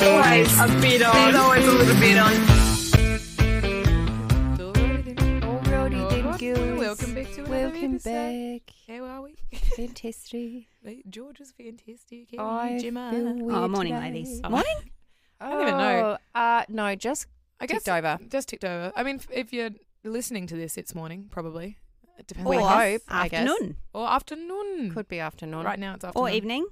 love Beatles. Beatles is a little Beatles. Alrighty, thank you. Welcome back to another Welcome episode. back. How are we? Fantastic. Mate, George is fantastic. How are I you, feel Gemma? weird Oh, morning, today. ladies. Morning. I don't even know. Oh, Uh, no, just I guess ticked over. just ticked over. I mean, f- if you're listening to this, it's morning probably. It depends. We on- Or- hope, I guess. afternoon or afternoon. Could be afternoon. right now it's afternoon or evening.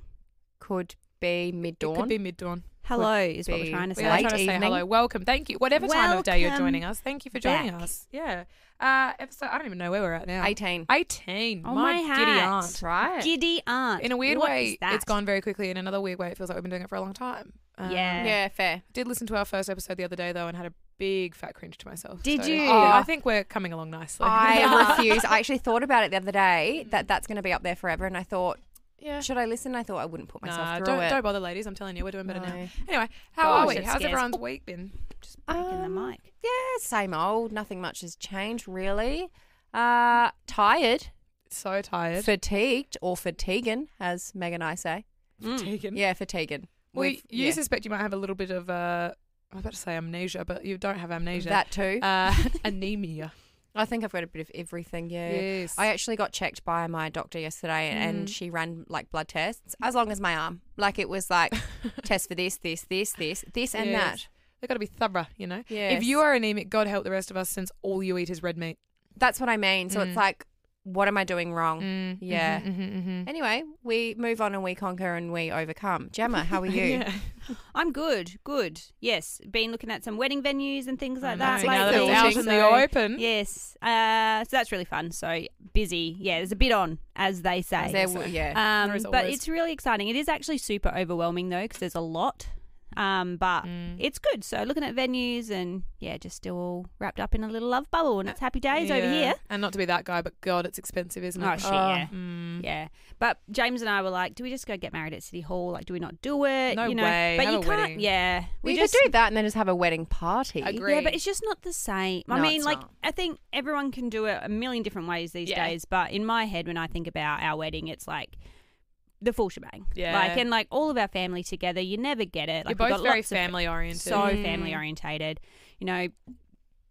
Could be mid It could dawn. be mid dawn. Hello is what be- we're trying to We say. are late trying to say evening. hello. Welcome. Thank you. Whatever time of day you're Welcome joining us, thank you for joining back. us. Yeah. Uh, episode. I don't even know where we're at now. 18. 18. Oh, my my giddy hat. aunt. Right. Giddy aunt. In a weird What way, is that? it's gone very quickly. In another weird way, it feels like we've been doing it for a long time. Um, Yeah. Yeah, fair. Did listen to our first episode the other day though, and had a big fat cringe to myself. Did so- you? Oh, I think we're coming along nicely. I refuse. I actually thought about it the other Mm. day that that's going to be up there forever, and I thought, yeah. should I listen? I thought I wouldn't put myself Nah, through don't, it. don't bother, ladies. I'm telling you, we're doing better now. No. Anyway, how Gosh, are we? it How's scares- everyone's week been? Just breaking the Um, mic. Yeah, same old. Nothing much has changed really. Uh, tired, So tired. fatigued, or fatiguing, as Meg and I say. Mm. Taken. Yeah, fatiguing. Mm. Well, you We've- yeah. suspect you might have a little bit of, uh, I was about to say amnesia, but you don't have amnesia. that too. uh, anemia. I think I've got a bit of everything. Yeah. Yes. Mm. I actually got checked by my doctor yesterday, and, and she ran like blood tests as long as my arm. Like it was like test for this, this, this, this, this, and Yes. that. They've got to be thorough, you know? If Yes. you are anemic, God help the rest of us since all you eat is red meat. That's what I mean. So Mm. it's like, what am I doing wrong? Yeah. hmm hmm Anyway, we move on and we conquer and we overcome. Gemma, how are you? I'm good. Good. Yes. Been looking at some wedding venues and things like that. know, now that lately, it's out in the so- open. Yes. Uh, so that's really fun. So busy. Yeah, there's a bit on, as they say. Is there- Uh, yeah. Um, There is but always. it's really exciting. It is actually super overwhelming though, because there's a lot. Um, but Mm. it's good. So looking at venues and yeah, just still all wrapped up in a little love bubble, and it's happy days over Yeah. here. And not to be that guy, but God, it's expensive, isn't it? Mm. Oh shit, Oh, yeah, yeah. But James and I were like, do we just go get married at City Hall? Like, do we not do it? No you know, way. But Have you a can't. wedding. Yeah, we just could do that and then just have a wedding party. Agree. Yeah, but it's just not the same. I No, mean, it's like not. I think everyone can do it a million different ways these Yeah. days, but in my head when I think about our wedding, it's like the full shebang. Yeah. Like and like all of our family together, you never get it. You're Like both we've got very lots of- family oriented. Mm. so family orientated, you know.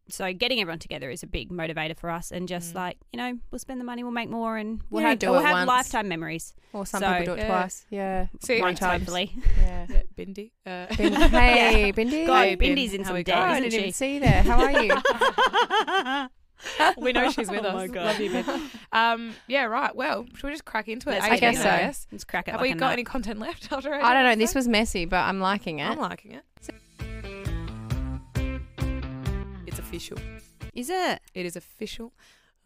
So getting everyone together is a big motivator for us and Mm. just like, you know, we'll spend the money, we'll make more and We'll you know, have to do we'll it have once. lifetime memories. Or some So- people do it Yeah. twice. Yeah. See, One Once, time. hopefully. Yeah. Yeah, Bindi. Uh, Bindi. Hey, Bindi. God, Hey, Bin, Bindi's in how some we debt, going? Oh, I isn't didn't she? even see there. How are you? we know she's with Oh us. my God. Love you, Ben. Um, yeah, right. Well, should we just crack into it? Let's I get guess into so. it. Let's crack it. Have like we a got nut. any content left after I don't know. This was messy, but I'm liking it. I'm liking it. It's official. Is it? It is official.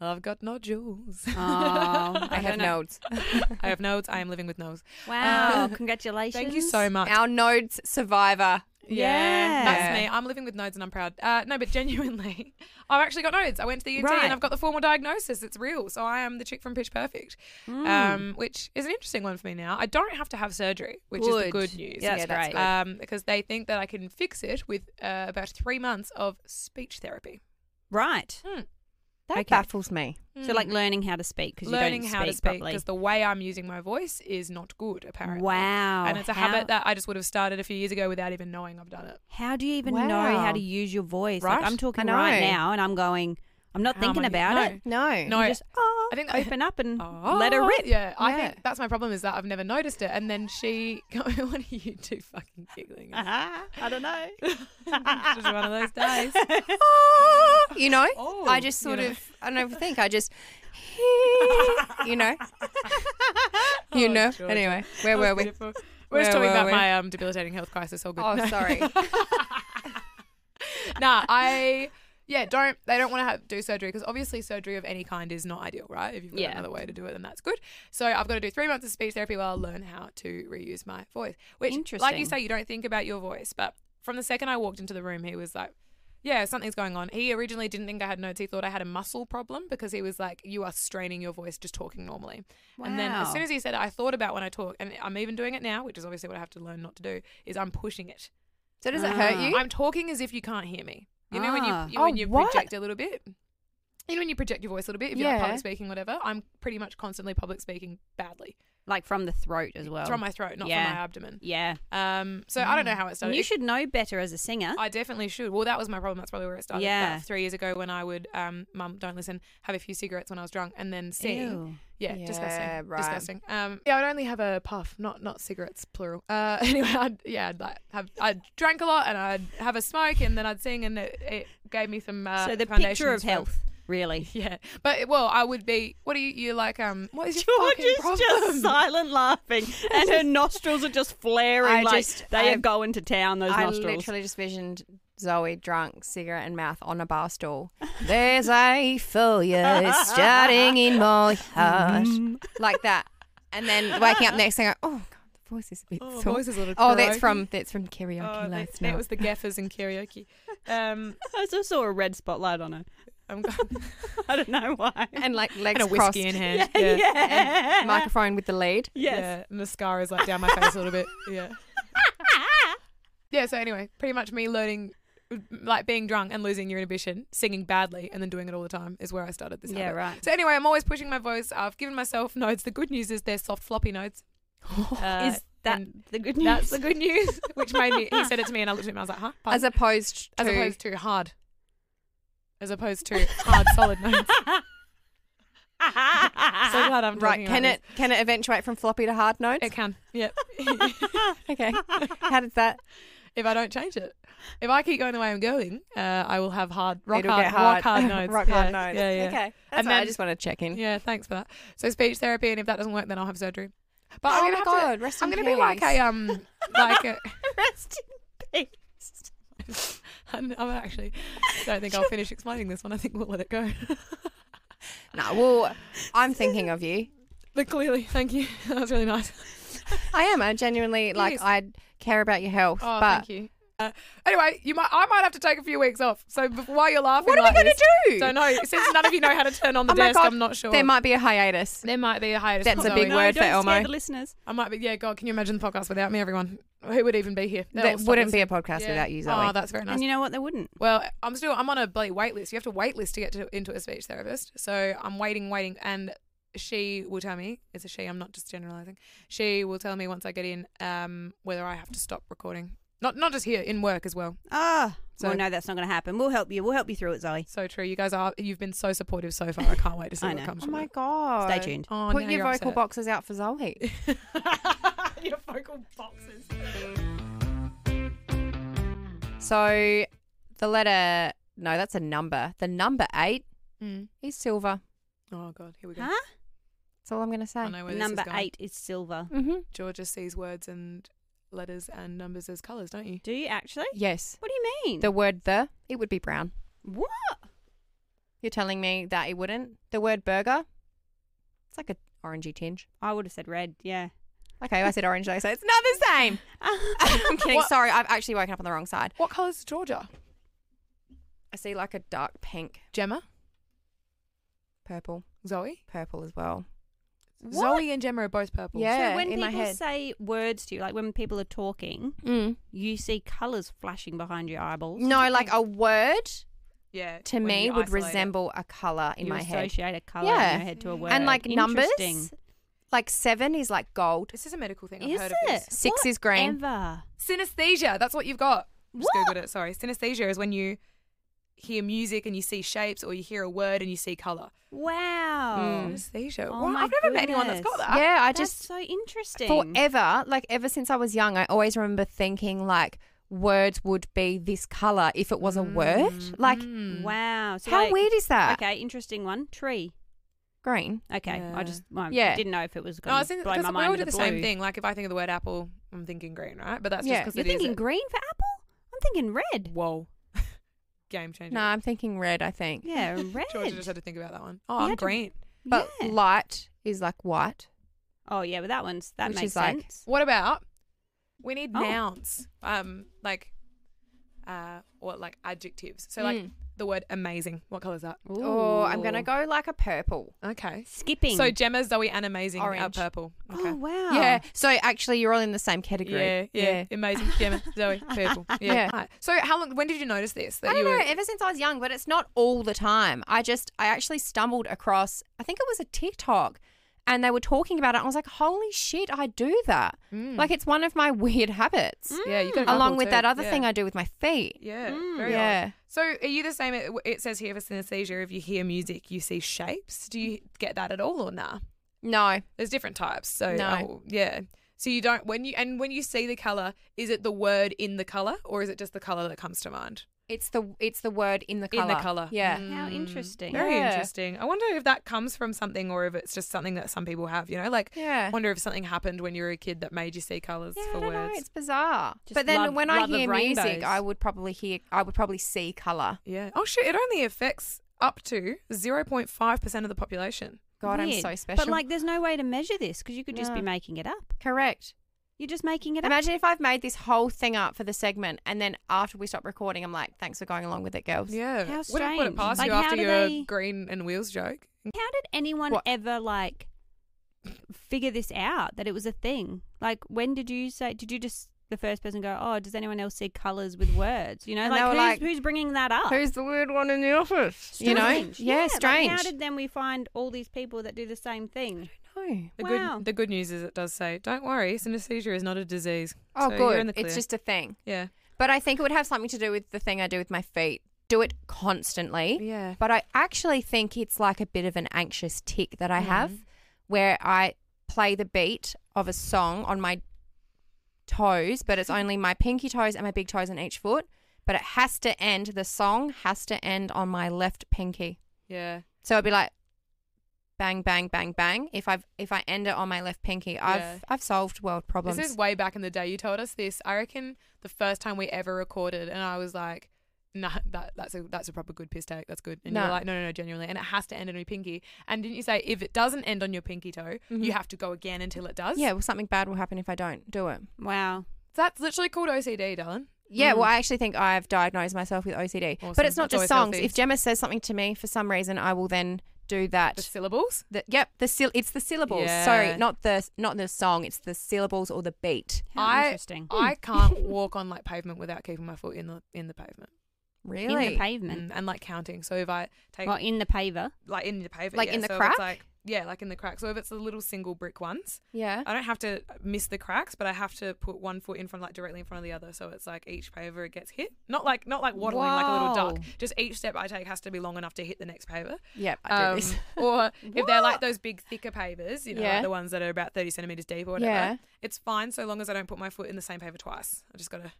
I've got no jewels. Oh, I, I have don't know. nodes. I have nodes. I am living with nodes. Wow, Uh, congratulations. Thank you so much. Our nodes survivor. Yeah. That's me. I'm living with nodes and I'm proud. Uh, no, but genuinely, I've actually got nodes. I went to the UT Right. and I've got the formal diagnosis. It's real. So I am the chick from Pitch Perfect, Mm. Hmm. um, which is an interesting one for me now. I don't have to have surgery, which is the Good. good news. Yeah, that's Yeah, that's great. good. Um, because they think that I can fix it with uh, about three months of speech therapy. Right. That Okay. baffles me. Hmm. So like learning how to speak because you Hmm. mm. Learning don't how to speak speak properly. because the way I'm using my voice is not good, apparently. Wow. And it's a How- habit that I just would have started a few years ago without even knowing I've done it. How do you even know how Wow. to use your voice? Right? Like, I'm talking I right know. now and I'm going, I'm not How am thinking I- about no. it. No. No, You just, oh, I I think think I- open up and Oh, let her rip. Yeah, I Yeah. think that's my problem is that I've never noticed it. And then she, what are you two fucking giggling? at? Uh-huh. I don't know. It's just one of those days. You know? Oh, I just sort you know. of, I don't overthink. I just, you know? you Oh, know? Georgia. Anyway, where were we? Beautiful. We're Where just talking were about we? my um, debilitating health crisis. All good. Oh, sorry. nah, I yeah, don't they don't want to have do surgery because obviously surgery of any kind is not ideal, right? If you've got Yeah. another way to do it, then that's good. So I've got to do three months of speech therapy while I learn how to reuse my voice. Which, like you Interesting. say, you don't think about your voice, but from the second I walked into the room, he was like. Yeah, something's going on. He originally didn't think I had notes. He thought I had a muscle problem because he was like, "You are straining your voice just talking normally." And then as Wow. soon as he said it, I thought about when I talk, and I'm even doing it now, which is obviously what I have to learn not to do. Is I'm pushing it. So does it hurt you? I'm talking as if you can't hear me. You know when you, Ah. you when Ah. Oh, you what? project a little bit. You know when you project your voice a little bit, if you're like Yeah. public speaking, whatever. I'm pretty much constantly public speaking badly. like from the throat as well. It's from my throat, not Oh. Yeah. from my abdomen. yeah. Um, so I don't know how it And started. you should know better as a singer. I definitely should. Well, that was my problem. That's probably where it started. Yeah. About three years ago when I would, um, mum, don't listen, have a few cigarettes when I was drunk and then sing. Ew. Yeah, Yeah, disgusting. right. Disgusting. Um, yeah, I'd only have a puff, not not cigarettes, plural. Uh, anyway, I'd, yeah, I'd like have I drank a lot and I'd have a smoke and then I'd sing and it, it gave me some. Uh, so the picture foundations of for- health, really. yeah, but well, I would be. What are you? You like um? What is your fucking problem? silent laughing, and her nostrils are just flaring I just- I- going to town. Those I literally just visioned Zoe drunk, cigarette in mouth, on a bar stool. There's a failure starting in my heart, Mm-hmm. Mm. like that. And then waking up next thing, I go, oh god, the voice is a bit Oh, sore." voice is a little Oh, that's karaoke. from that's from karaoke Oh, that, last that night. was the gaffers in karaoke. Um, I also saw a red spotlight on her. I'm going I don't know why. and like and legs a crossed, whiskey in hand. yeah. and microphone with the lead. Yes. Yeah, and the scar is like down my face a little bit. Yeah. yeah, so anyway, pretty much me learning, like being drunk and losing your inhibition, singing badly, and then doing it all the time is where I started this. Yeah, habit. right. So anyway, I'm always pushing my voice. I've given myself notes. The good news is they're soft, floppy notes. Uh, Is that and the good news? That's the good news, which made me. He said it to me, and I looked at him. I was like, "Huh?" As opposed to As opposed to hard, as opposed to hard, solid notes. Ah, So glad I'm talking right, can about it can it eventuate from floppy to hard notes? This. It can. Yep. Okay, how does that? if I don't change it. If I keep going the way I'm going, uh, I will have hard rock It'll hard, get rock hard notes. rock yeah, hard notes. Yeah, yeah. Okay, that's And all, I then- just want to check in. Yeah, thanks for that. So speech therapy, and if that doesn't work, then I'll have surgery. But I'm oh gonna my have god, to, rest I'm in gonna be like peace. a um, like a, Rest in peace. I'm I'm actually don't think I'll finish explaining this one. I think we'll let it go. No, well, I'm thinking of you. but clearly, thank you. That was really nice. I am. I genuinely like. Yes. I care about your health. Oh, but thank you. Uh, anyway, you might I might have to take a few weeks off. So bef- while you're laughing, What are we like gonna this- do? Don't know. Since none of you know how to turn on the Oh my desk, God, I'm not sure. There might be a hiatus. there might be a hiatus. That's from a big Zoe. No, word for don't don't scare Elmo. the the listeners. I might be, yeah, God, can you imagine the podcast without me, everyone? Who would even be here? They'll There all stop wouldn't be a listening. podcast Yeah. without you, Zoe. Oh, that's very nice. And you know what? They wouldn't. well, I'm still, I'm on a bloody wait list. You have to wait list to get to, into a speech therapist. So I'm waiting, waiting. And she will tell me, it's a she, I'm not just generalizing. She will tell me once I get in um, whether I have to stop recording. Not, not just here, in work as well. Ah. So- well, no, that's not going to happen. We'll help you. We'll help you through it, Zoe. So true. You guys are, you've been so supportive so far. I can't wait to see I what know. comes oh from my it. god. Stay tuned. Oh, Put now your you're vocal upset. boxes out for Zoe. your vocal boxes. so, the letter. No, that's a number. The number eight Mm. is silver. Oh, God. Here we go. Huh? That's all I'm going to I say. know where this is Number going. eight is silver. Mm-hmm. Georgia sees words and letters and numbers as colours, don't you? Do you actually? Yes. What do you mean? The word the, it would be brown. what? You're telling me that it wouldn't? The word burger, it's like a orangey tinge. I would have said red. Yeah. Okay, I said orange, though, so it's not the same. I'm kidding. What- Sorry, I've actually woken up on the wrong side. What colour's Georgia? I see like a dark pink, Gemma? purple, Zoe? purple as well. What? Zoe and Gemma are both purple. Yeah. so when in my people head. say words to you, like when people are talking, Mm. you see colours flashing behind your eyeballs. No, like a word Yeah. to me would resemble a color oh, in you my head. associate a colour Yeah. in your head to a word. And like numbers, Interesting. like seven is like gold. This is a medical thing. I've Is heard of it? this. Six is green. Whatever. Synesthesia. That's what you've got. Just What? Googled it. Sorry. Synesthesia is when you hear music and you see shapes or you hear a word and you see colour. Wow. Mm. Synesthesia. Oh Wow, my I've never met anyone that's got goodness. that. Yeah, Mm. Ah, I That's just so interesting. forever, like ever since I was young, I always remember thinking like words would be this color if it was a Mm-hmm. word. Like, Mm. Wow. So how like- weird is that? Okay, interesting one. Tree. Green. Okay, Yeah. I just well, Yeah. didn't know if it was No, I going was to thinking, blow my because we mind all with do the, the, same blue. thing. Like if I think of the word apple, I'm thinking green, right? But that's just Yeah. because You're it is thinking a- green for apple? I'm thinking red. Whoa. Game changer. No, I'm thinking red. I think, Yeah, red. Georgia just had to think about that one. Oh, You I'm had to- green. but Yeah. light is like white. oh yeah, but that one's that Which makes is like- sense. What about we need Oh. nouns? Um, like, uh, or like adjectives. So like Mm. the word amazing. What color is that? Oh, I'm gonna Ooh. go like a purple. Okay. skipping. So Gemma, Zoe, and amazing are Orange. purple. Oh wow. Yeah. So actually, you're all in the same category. Yeah, yeah, amazing. Gemma, Zoe, purple. Yeah. Yeah. Right. So, how long? When did you notice this? That I don't you know. were, Ever since I was young, but it's not all the time. I just, I actually stumbled across. I think it was a TikTok, and they were talking about it. I was like, holy shit, I do that. Like, it's one of my weird habits, Yeah, you can Mm. along with that other Mm. yeah. thing I do with my feet. Yeah, very odd. Yeah. So are you the same? It- It says here for synesthesia, if you hear music, you see shapes. Do you get that at all or nah? No. There's different types. So No. oh, yeah. So you don't when you and when you see the color, is it the word in the color or is it just the color that comes to mind? It's the it's the word in the color. In the color. Yeah. How Mm. interesting. Very Yeah. interesting. I wonder if that comes from something or if it's just something that some people have. You know, like Yeah. I wonder if something happened when you were a kid that made you see colors Yeah, for I don't know. words. It's bizarre. Just but then love- when I love of hear music, rainbows. I would probably hear, I would probably see color. Yeah. Oh shit! It only affects up to zero point five percent of the population. God, I'm Weird. so special. But like, there's no way to measure this because you could just be No. making it up. correct. You're just making it up. Imagine if I've made this whole thing up for the segment, and then after we stop recording, I'm like, "Thanks for going along with it, girls." Yeah. How Wouldn't put it strange. past Like, you how after do your they- green and wheels joke. How did anyone What? ever like figure this out that it was a thing? Like, when did you say? Did you just the first person go? Oh, does anyone else see colors with words? You know, And like they were who's, like, who's bringing that up? Who's the weird one in the office? You know? Yeah, Ah. Strange. like, strange. how did then we find all these people that do the same thing? no. The Wow. good the good news is it does say, don't worry, synesthesia is not a disease. Oh, So you're in good. the clear. It's just a thing. Yeah. But I think it would have something to do with the thing I do with my feet. Do it constantly. Yeah. But I actually think it's like a bit of an anxious tick that Mm. I have where I play the beat of a song on my toes, but Mm-hmm. it's only my pinky toes and my big toes on each foot. But it has to end, the song has to end on my left pinky. Yeah. So it'd be like bang, bang, bang, bang. If I've if I end it on my left pinky, I've Yeah. I've solved world problems. This is way back in the day. You told us this. I reckon the first time we ever recorded, and I was like, "Nah, that, that's a that's a proper good piss take. That's good." And you No. were like, "No, no, no, genuinely." And it has to end on your pinky. And didn't you say if it doesn't end on your pinky toe, you have to go again until it does? Mm-hmm. yeah, well something bad will happen if I don't do it. Wow. that's literally called OCD, darling. Yeah, well, I actually think I've diagnosed myself with OCD. Mm. Awesome. But it's not That's just always songs. healthy. If Gemma says something to me for some reason, I will then do that. The syllables. The- yep, the syl- it's the syllables. Yeah. Sorry, not the not the song. It's the syllables or the beat. How I, interesting. Hmm. I can't walk on like pavement without keeping my foot in the in the pavement Really? In the pavement. Mm, and like counting. So if I take Well, in the paver. like in the pavement, Like yeah. in the so if crack? it's like yeah, like in the crack. So if it's the little single brick ones, yeah. I don't have to miss the cracks, but I have to put one foot in front, like directly in front of the other. So it's like each paver it gets hit, not like not like waddling like a little duck. Wow. Just each step I take has to be long enough to hit the next paver. Yep, I do Um, this. or if they're like those big thicker pavers, you know, like Yeah. the ones that are about thirty centimeters deep or whatever, Yeah. it's fine so long as I don't put my foot in the same paver twice. I just gotta.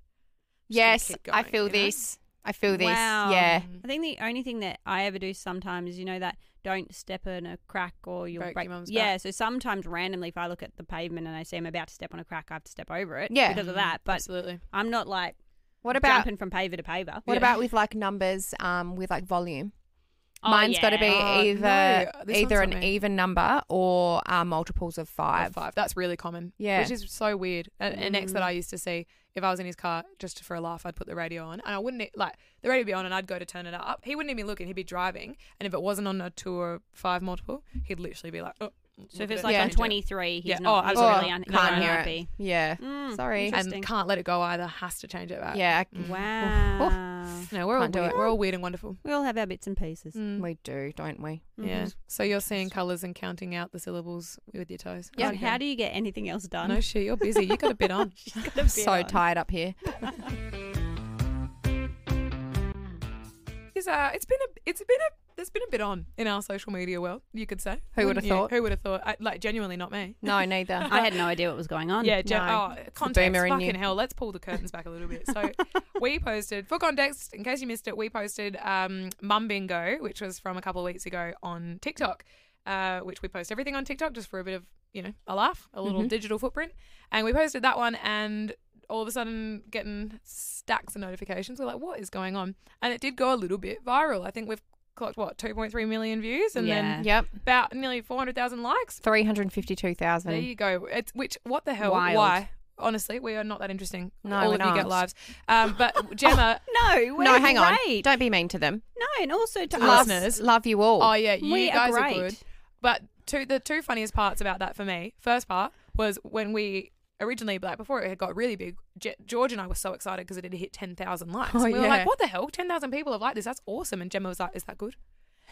Yes, keep I going, feel you know? this. I feel this. Wow. Yeah. Mm. I think the only thing that I ever do sometimes is, you know, that don't step in a crack or you'll Break your break. mum's yeah, so sometimes randomly, if I look at the pavement and I see I'm about to step on a crack, I have to step over it Yeah. because of that. But e- Absolutely. I'm not like What about jumping from paver to paver. what Yeah. about with like numbers? Um, with like volume. Oh, Mine's got to be yeah. either no, Oh, this either one's an not me. even number or uh, multiples Or of five. five. That's really common. Yeah. Mm. Which is so weird. An, an ex that I used to see, if I was in his car just for a laugh, I'd put the radio on and I wouldn't, e- like, the radio would be on and I'd go to turn it up. He wouldn't even look and he'd be driving. And if it wasn't on a two or five multiple, he'd literally be like, oh. So if it's look at it, like Yeah. on don't do it. 23, he's Yeah. not Oh, he's absolutely. really un- No, he's can't no, hear no. unhappy. it. Yeah. Mm, Sorry. And Interesting. can't let it go either, has to change it back. Yeah. I- Wow. No, we're all, Can't do weird. it. we're all weird and wonderful. We all have our bits and pieces. Mm. We do, don't we? Yeah. Mhm. So you're seeing colours and counting out the syllables with your toes. God, how do you get anything else done? No shit, you're busy. You got a bit on. I'm so tired up here. It's, uh, it's been a, it's been a, there's been a bit on in our social media world. You could say. Who would've Wouldn't you? thought? Who would have thought? I, like genuinely, not me. No, neither. I had no idea what was going on. Yeah, gen- No. oh, boomer context. in you. Fucking hell, let's pull the curtains back a little bit. So we posted for context, in case you missed it, we posted um, Mum Bingo, which was from a couple of weeks ago on TikTok, uh, which we post everything on TikTok just for a bit of you know a laugh, a Mm-hmm. little digital footprint, and we posted that one and. All of a sudden, getting stacks of notifications. We're like, "What is going on?" And it did go a little bit viral. I think we've clocked what 2.3 million views, and Yeah. then Yep. about nearly 400,000 likes. There 352,000. you go. It's which what the hell? Wild. Why? Honestly, we are not that interesting. No, all we're of you get not. lives. Um, but Gemma, No, we're No, hang on. great. Don't be mean to them. No, and also to Love- us, Listeners. Love you all. oh yeah, you we guys are great. good. But two, the two funniest parts about that for me, first part was when we originally, like before it had got really big, Je- George and I were so excited because it had hit 10,000 likes. Oh, we were yeah. like, what the hell? 10,000 people have liked this. That's awesome. And Gemma was like, is that good?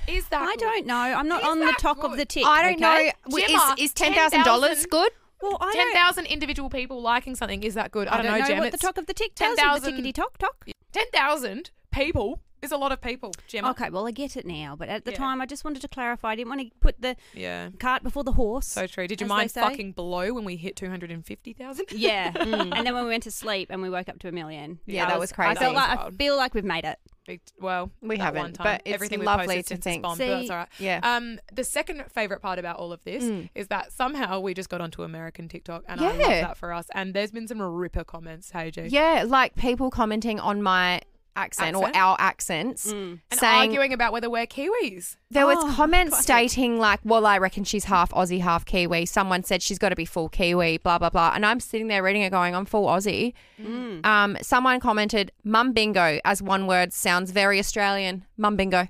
Is that I don't know. I'm not Is on the that top of good? the tick. I don't okay? know. Gemma, is is ten thousand dollars 10,000? good? Well, I ten don't, thousand individual people liking something? Is that good? I I don't, don't know Gem. what the It's- top of the tick does. 10,000 Tickety tock tock. ten thousand people is a lot of people, Gemma. Okay, well I get it now, but at the Yeah. time I just wanted to clarify. I didn't want to put the Yeah. cart before the horse. So true. Did you As they mind say. fucking blow when we hit two hundred and fifty thousand? yeah, and then when we went to sleep and we woke up to a million. Yeah, I that was crazy. I felt That was like I wild. feel like we've made it. Big- well, We that haven't, one time. but it's Everything we've lovely posted to since think. It's bombed, but that's See- all right. Yeah. Mm. Um, the second favorite part about all of this is that somehow we just got onto American TikTok, and I love Yeah. that for us. And there's been some ripper comments. Hey, G. Yeah, like people commenting on my accent, Accent? Mm. or our accents, And saying arguing about whether we're Kiwis. there was Oh, comments stating like, "Well, I reckon she's half Aussie, half Kiwi." Someone said she's got to be full Kiwi, blah blah blah. And I'm sitting there reading it, going, "I'm full Aussie." Mm. Um, someone commented, "Mum bingo" as one word sounds very Australian. Mum bingo,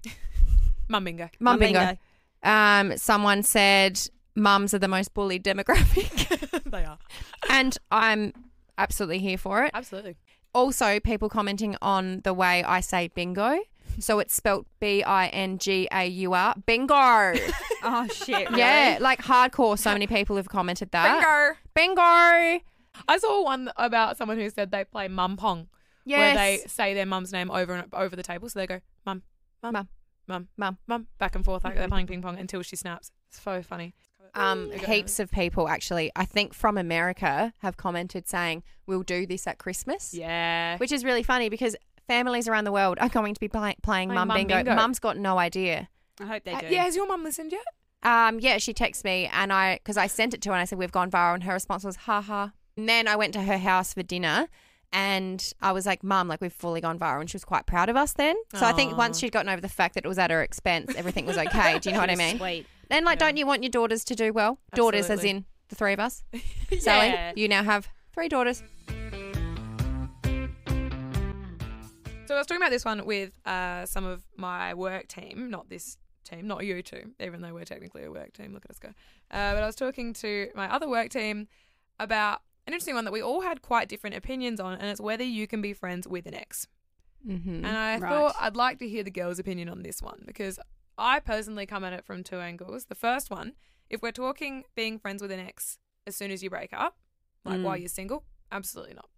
Mum bingo. mum bingo. Um, someone said, "Mums are the most bullied demographic," they are. and I'm absolutely here for it. Absolutely. also people commenting on the way I say bingo. So it's spelt B I N G A U R. Bingo. Oh shit! Really? yeah, like hardcore. So many people have commented that. Bingo. Bingo. I saw one about someone who said they play mum pong, where Yes. they say their mum's name over and over the table. So they go mum, mum, Mum. mum, Mm-hmm. Mum. mum, back and forth like they're playing ping pong until she snaps. It's so funny. um, Okay. heaps of people actually, I think from America, have commented saying, we'll do this at Christmas, Yeah. which is really funny because families around the world are going to be play- playing mum Mum bingo. bingo. Mum's got no idea. I hope they Uh, do. yeah. Has your mum listened yet? Um, yeah, she texted me and I, because I sent it to her and I said, we've gone viral. And her response was, ha ha. And then I went to her house for dinner and I was like, mum, like we've fully gone viral. And she was quite proud of us then. So I think once she'd gotten over the fact that it was at her expense, everything was okay. Do you know what I mean? Sweet. Then, like, don't you want your daughters to do well? Daughters, as in the three of us. Sally, Yeah. you now have three daughters. So I was talking about this one with uh, some of my work team, not this team, not you two, even though we're technically a work team. Look at us go. Uh, but I was talking to my other work team about an interesting one that we all had quite different opinions on, and it's whether you can be friends with an ex. Mm-hmm. And I Right. thought I'd like to hear the girls' opinion on this one because I personally come at it from two angles. The first one, if we're talking being friends with an ex as soon as you break up, like Mm. while you're single, absolutely not.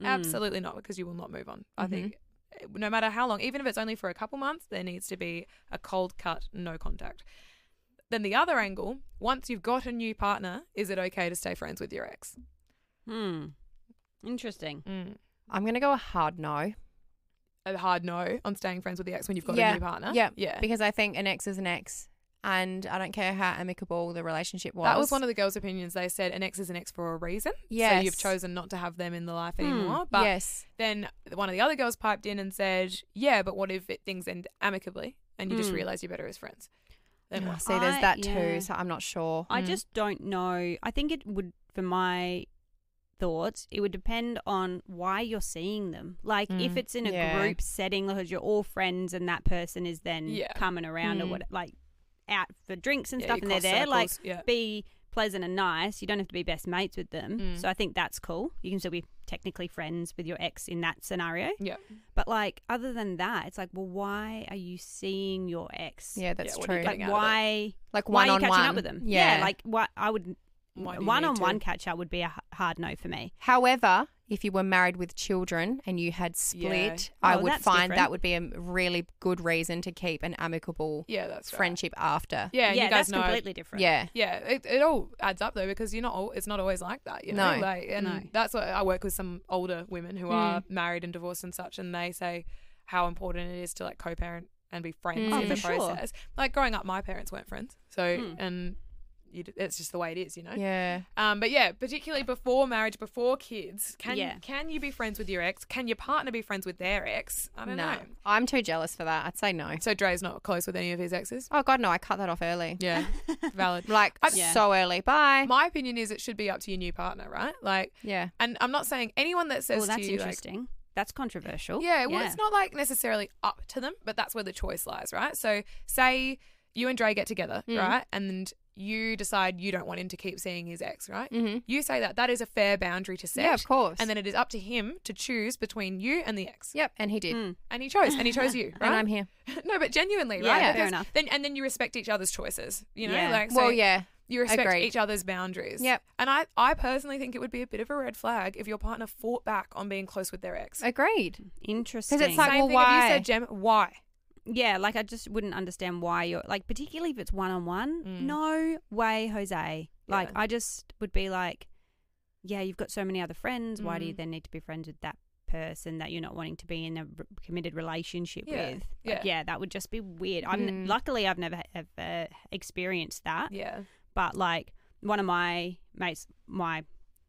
Mm. Absolutely not, because you will not move on. I Mhm. think uh, no matter how long, even if it's only for a couple months, there needs to be a cold cut, no contact. Then the other angle, once you've got a new partner, is it okay to stay friends with your ex? Hmm. Interesting. Mm. I'm going to go a hard no A hard no on staying friends with the ex when you've got Yeah. a new partner. Yeah. Yeah. because I think an ex is an ex. And I don't care how amicable the relationship was. That was one of the girls' opinions. They said an ex is an ex for a reason. So Yes. you've chosen not to have them in the life Hmm, anymore. But yes. then one of the other girls piped in and said, Yeah, but what if it, things end amicably and you just Hmm. realize you're better as friends? Then Yeah, what? see, there's I- that yeah. too. So I'm not sure. I Mm. just don't know. I think it would, for my thoughts, it would depend on why you're seeing them. Like if Mm. it's in a Yeah. group setting, because you're all friends and that person is then Yeah. coming around or Mm. what, like out for drinks and Yeah, stuff, you and they're cross there. Like circles. yeah. be pleasant and nice. You don't have to be best mates with them. Mm. So I think that's cool. You can still be technically friends with your ex in that scenario. Yeah. But like other than that, it's like, well, why are you seeing your ex? Yeah, that's Yeah, what do you true. get? Like, Like out of it. why? one why are on you catching one up with them? Yeah. like what I would Why do you one need on one to? catch up would be a h- hard no for me. however, if you were married with children and you had split, Yeah. I Oh, would that's find different. that would be a really good reason to keep an amicable Yeah, that's right. friendship after. Yeah, and yeah, you guys that's know. completely different. Yeah. Yeah, it, it all adds up though because you're not. All, it's not always like that, you know. No. like, and No. that's what I work with some older women who are married and divorced and such, and they say how important it is to like co-parent and be friends Mm. Oh, in the for sure. process. Like growing up, my parents weren't friends, so Mm. and you, d- it's just the way it is, you know. Yeah. Um, but yeah, particularly before marriage, before kids, can Yeah. can you be friends with your ex? Can your partner be friends with their ex? I No. don't know. I'm too jealous for that. I'd say no. So Dre's not close with any of his exes. Oh god, no, I cut that off early. Yeah, valid. Like I- Yeah. so early. Bye. My opinion is it should be up to your new partner, right? Like, yeah. and I'm not saying anyone that says Well, Oh, that's to you, like, interesting. that's controversial. yeah, well, it's not like necessarily up to them, but that's where the choice lies, right? So, say you and Dre get together, right? And you decide you don't want him to keep seeing his ex, right? Mm-hmm. You say that. That is a fair boundary to set. Yeah, of course. And then it is up to him to choose between you and the ex. Yep, and he did. Mm. And he chose, and he chose you, right? And I'm here. no, but genuinely, Yeah, right? fair Because enough. Then and then you respect each other's choices. You know, Yeah. like so well, yeah. you respect agreed. each other's boundaries. Yep. And I, I personally think it would be a bit of a red flag if your partner fought back on being close with their ex. Agreed. Interesting. like- Same well, thing if why? you said Gem, why? yeah, like I just wouldn't understand why you're like, particularly if it's one on one. No way, Jose. Like Mm. Yeah. I just would be like, yeah, you've got so many other friends. Why do you Mm. then need to be friends with that person that you're not wanting to be in a r- committed relationship Yeah. with? Yeah. Like, yeah, that would just be weird. I'm Mm. luckily I've never ever experienced that. Yeah. but like one of my mates, my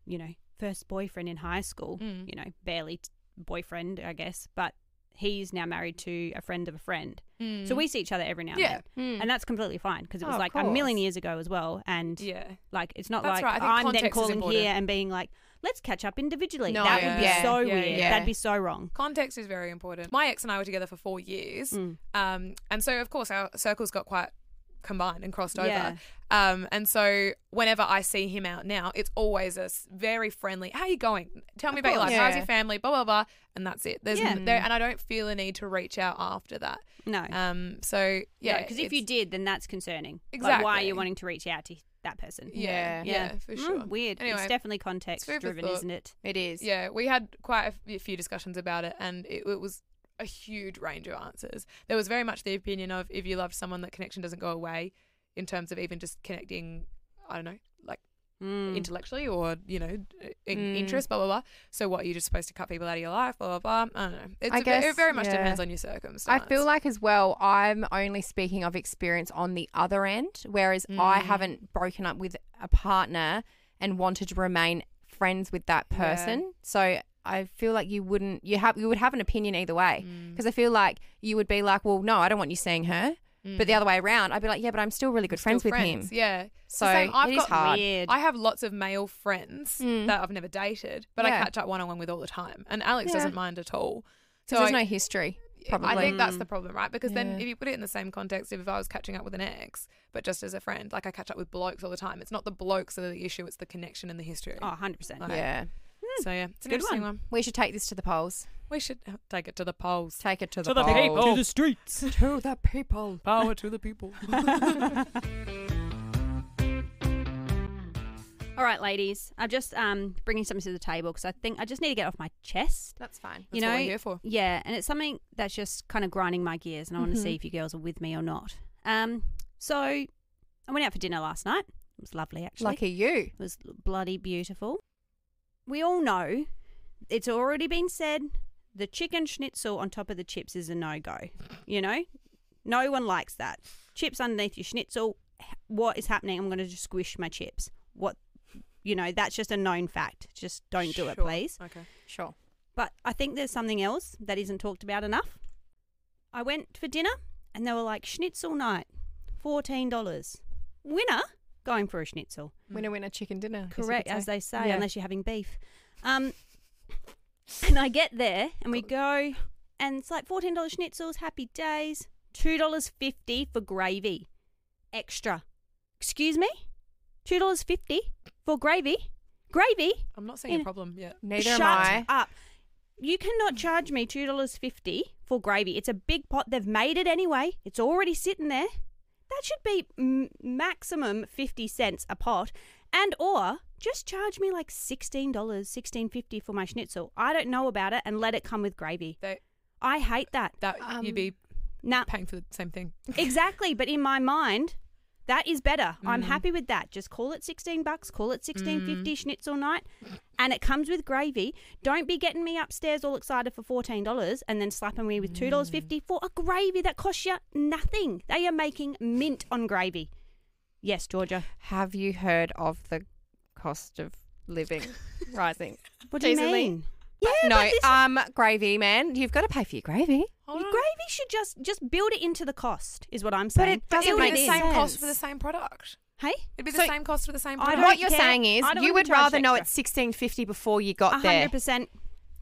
you know first boyfriend in high school, Mm. you know barely t- boyfriend, I guess, but he's now married to a friend of a friend, Mm. so we see each other every now and Yeah. Hmm. Mm. then, and that's completely fine because it was Oh, of like a million course. years ago as well, and Yeah. like it's not That's like right. I think I'm context then is calling important. here and being like, let's catch up individually. No, that would be yeah. so Yeah, weird. yeah. That'd be so wrong. Context is very important. My ex and I were together for four years. Mm. Um, and so, of course, our circles got quite combined and crossed over. Yeah. Um, and so, whenever I see him out now, it's always a s- very friendly, how you going? Tell me about your course. life. How's Yeah. your family? Blah, blah, blah. And that's it. There's Yeah. n- there, And I don't feel a need to reach out after that. No, Um, so, yeah. because if you it's- did, then that's concerning. Like, why are Exactly. you wanting to reach out to that person? Yeah, yeah, Yeah. for Mm, sure. weird. Anyway, it's definitely context food for driven, thought. isn't it? It is. Yeah, we had quite a f- few discussions about it, and it, it was a huge range of answers. There was very much the opinion of if you love someone, that connection doesn't go away in terms of even just connecting, I don't know, like Mm. intellectually or, you know, in Mm. interest, blah, blah, blah. So, what, you're just supposed to cut people out of your life, blah, blah, blah. I don't know. It's I a ve- guess, it very much yeah. depends on your circumstance. I feel like as well, I'm only speaking of experience on the other end, whereas I Hmm. haven't broken up with a partner and wanted to remain friends with that Yeah. person. So I feel like you wouldn't you have you would have an opinion either way Hmm. because I feel like you would be like, well, no, I don't want you seeing her, but the other way around, I'd be like, yeah, but I'm still really good friends Hmm. Still with friends, him. Yeah. It's the So same. I've it is got hard. Weird. I have lots of male friends Mm. that I've never dated, but I Yeah. catch up one on one with all the time, and Alex Yeah. doesn't mind at all. So there's I, no history, probably. I think that's the problem, right? Because then Yeah. if you put it in the same context, if I was catching up with an ex, but just as a friend, like I catch up with blokes all the time, it's not the blokes that are the issue; it's the connection and the history. Oh, 100%. Like, yeah, Mm. So yeah, it's an Good interesting one. one. we should take this to the polls. We should uh, take it to the polls. Take it to the polls. the streets. to the people. Power to the people. All right, ladies. I'm just um, bringing something to the table because I think I just need to get off my chest. That's fine. You That's what know, we're here for. yeah, and it's something that's just kind of grinding my gears, and I want to see if you girls are with me or not. Um, so I went out for dinner last night. It was lovely, actually. Lucky you. It was bloody beautiful. We all know it's already been said the chicken schnitzel on top of the chips is a no go. You know, no one likes that. Chips underneath your schnitzel. h- What is happening? I'm going to just squish my chips. What, you know, that's just a known fact. Just don't do it, Sure. please. Okay. Sure. But I think there's something else that isn't talked about enough. I went for dinner and they were like schnitzel night, $14. Winner going for a schnitzel. Winner, winner, chicken dinner. I guess you Correct, could as they say, Yeah. unless you're having beef. Um, and I get there and we go, and it's like $14 schnitzels, happy days, $2.50 for gravy, extra. Excuse me? $2.50 for gravy? Gravy? I'm not seeing Yeah. a problem yet. Neither Shut am I. up. You cannot charge me $2.50 for gravy. It's a big pot. They've made it anyway, it's already sitting there. That should be m- maximum 50 cents a pot and or just charge me like $16, $16.50 for my schnitzel. I don't know about it and let it come with gravy. They, I hate that. that you'd Um, be Nah, paying for the same thing. exactly, but in my mind that is better. I'm Mm. happy with that. Just call it 16 bucks, call it Mm. 16.50 schnitzel night and it comes with gravy. Don't be getting me upstairs all excited for $14 and then slapping me with Mm. $2.50 for a gravy that costs you nothing. They are making mint on gravy. Yes, Georgia. Have you heard of the cost of living rising? What do you Jason Lee? mean? Yeah, Uh, no, but this- um, gravy, man. You've got to pay for your gravy. Hold on. gravy should just just build it into the cost, is what I'm saying. it doesn't It Build would be make the any same sense. cost for the same product. Hey, It'd be the So- same cost for the same I product. don't What you're care. saying is I don't you want to would charge rather know extra. it's sixteen fifty before you got there. hundred percent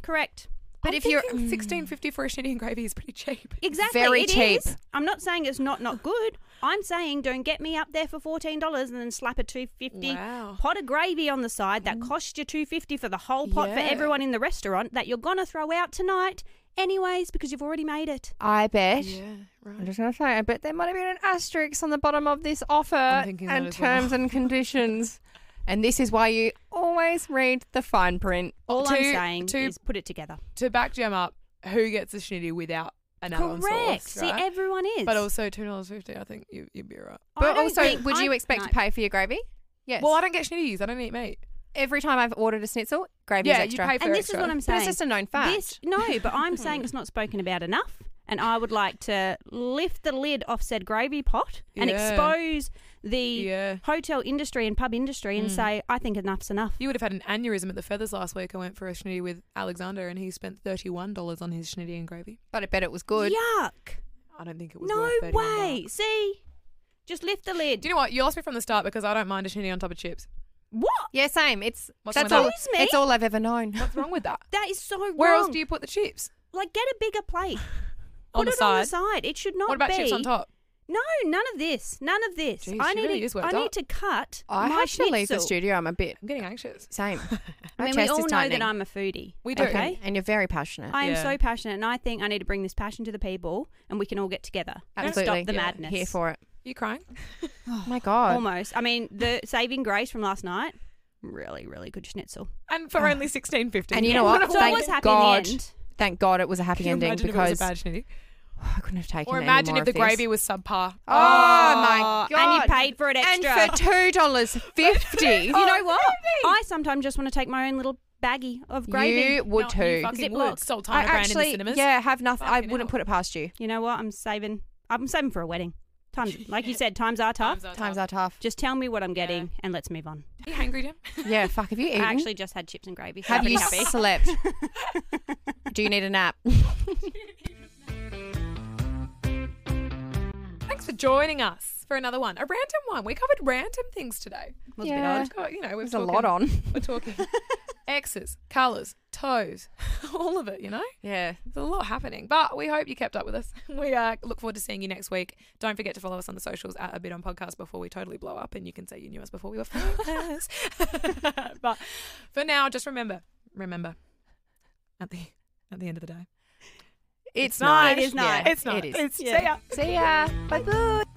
correct. But I'm if you're thinking 16.50 for a shitty and gravy is pretty cheap. Exactly. Very it cheap. is. I'm not saying it's not not good. I'm saying don't get me up there for fourteen dollars and then slap a two fifty Wow. pot of gravy on the side Mm. that cost you two fifty for the whole pot for Yeah. everyone in the restaurant that you're gonna throw out tonight anyways because you've already made it. I bet. Yeah, I'm right. just gonna say, I bet there might have been an asterisk on the bottom of this offer thinking that and as well. terms and conditions. And this is why you always read the fine print. All i I'm Two- saying two- is put it together. To back jam up, who gets the schnitty without an add-on Correct. sauce? See, right? everyone is. But also $2.50, I think you, you'd be right. I But don't also, think- would you I- expect no. to pay for your gravy? Yes. Well, I don't get schnitties. I don't eat meat. every time I've ordered a schnitzel, gravy's yeah, extra. you pay for And this extra. is what I'm but saying. it's just a known fact. This, no, but I'm saying it's not spoken about enough. And I would like to lift the lid off said gravy pot and Yeah. expose the Yeah. Mm. hotel industry and pub industry and say, I think enough's enough. You would have had an aneurysm at the feathers last week. I went for a schnitty with Alexander, and he spent thirty-one dollars on his schnitty and gravy. but I bet it was good. Yuck. I don't think it was. No worth 31 way. bucks. See? Just lift the lid. Do you know what? You asked me from the start because I don't mind a schnitty on top of chips. what? Yeah, same. It's What's that's one of all. those? Excuse me? It's all I've ever known. What's wrong with that? That is so wrong. Where else do you put the chips? like get a bigger plate? on Put the it side. on the side. It should not what about be. chips on top? No, none of this. None of this. Jeez, I she need really to, is worked I up. need to cut I my have to leave the schnitzel. studio. I'm a bit I'm getting anxious. same. I My mean, we chest all is know tightening. that I'm a foodie. We do. Okay. and you're very passionate. I am Yeah. so passionate, and I think I need to bring this passion to the people, and we can all get together and Absolutely, stop the Yeah. madness. here for it. You crying? Oh my god. Almost. I mean, the saving grace from last night. Really, really good schnitzel. And for only sixteen fifty. Ah. And you know what? So I was Thank happy God. in the end. Thank God it was a happy ending imagine because if it was a bad schnitty. I couldn't have taken. Or any imagine more if the of this. gravy was subpar. Oh, my Oh, and god! you paid for it And extra. for two dollars fifty. you know what? I sometimes just want to take my own little baggie of gravy. You You, would No, you too. fucking Ziploc. would. Sultana I brand actually, in the cinemas. yeah, have nothing. I Fucking wouldn't hell. put it past you. know what? I'm saving. I'm saving for a wedding. Times, like you said, times are tough. Times are Times tough. are tough. Just tell me what I'm getting, and let's move on. You hangry, Jim? Yeah, fuck. Have you eaten? I actually just had chips and gravy. So have I'm you happy. slept? Do you need a nap? Thanks for joining us for another one. A random one. We covered random things today. Was a bit Yeah. odd. Oh, you know, we've There's a lot on. We're talking X's, colours, toes, all of it, you know? Yeah. There's a lot happening, but we hope you kept up with us. We uh, look forward to seeing you next week. Don't forget to follow us on the socials at A Bit On Podcast before we totally blow up and you can say you knew us before we were famous. but for now, just remember, remember, at the, at the end of the day, It's, not. nice. It is nice. Yeah, it's not. It is. It's, Yeah. See ya. See ya. Bye bye.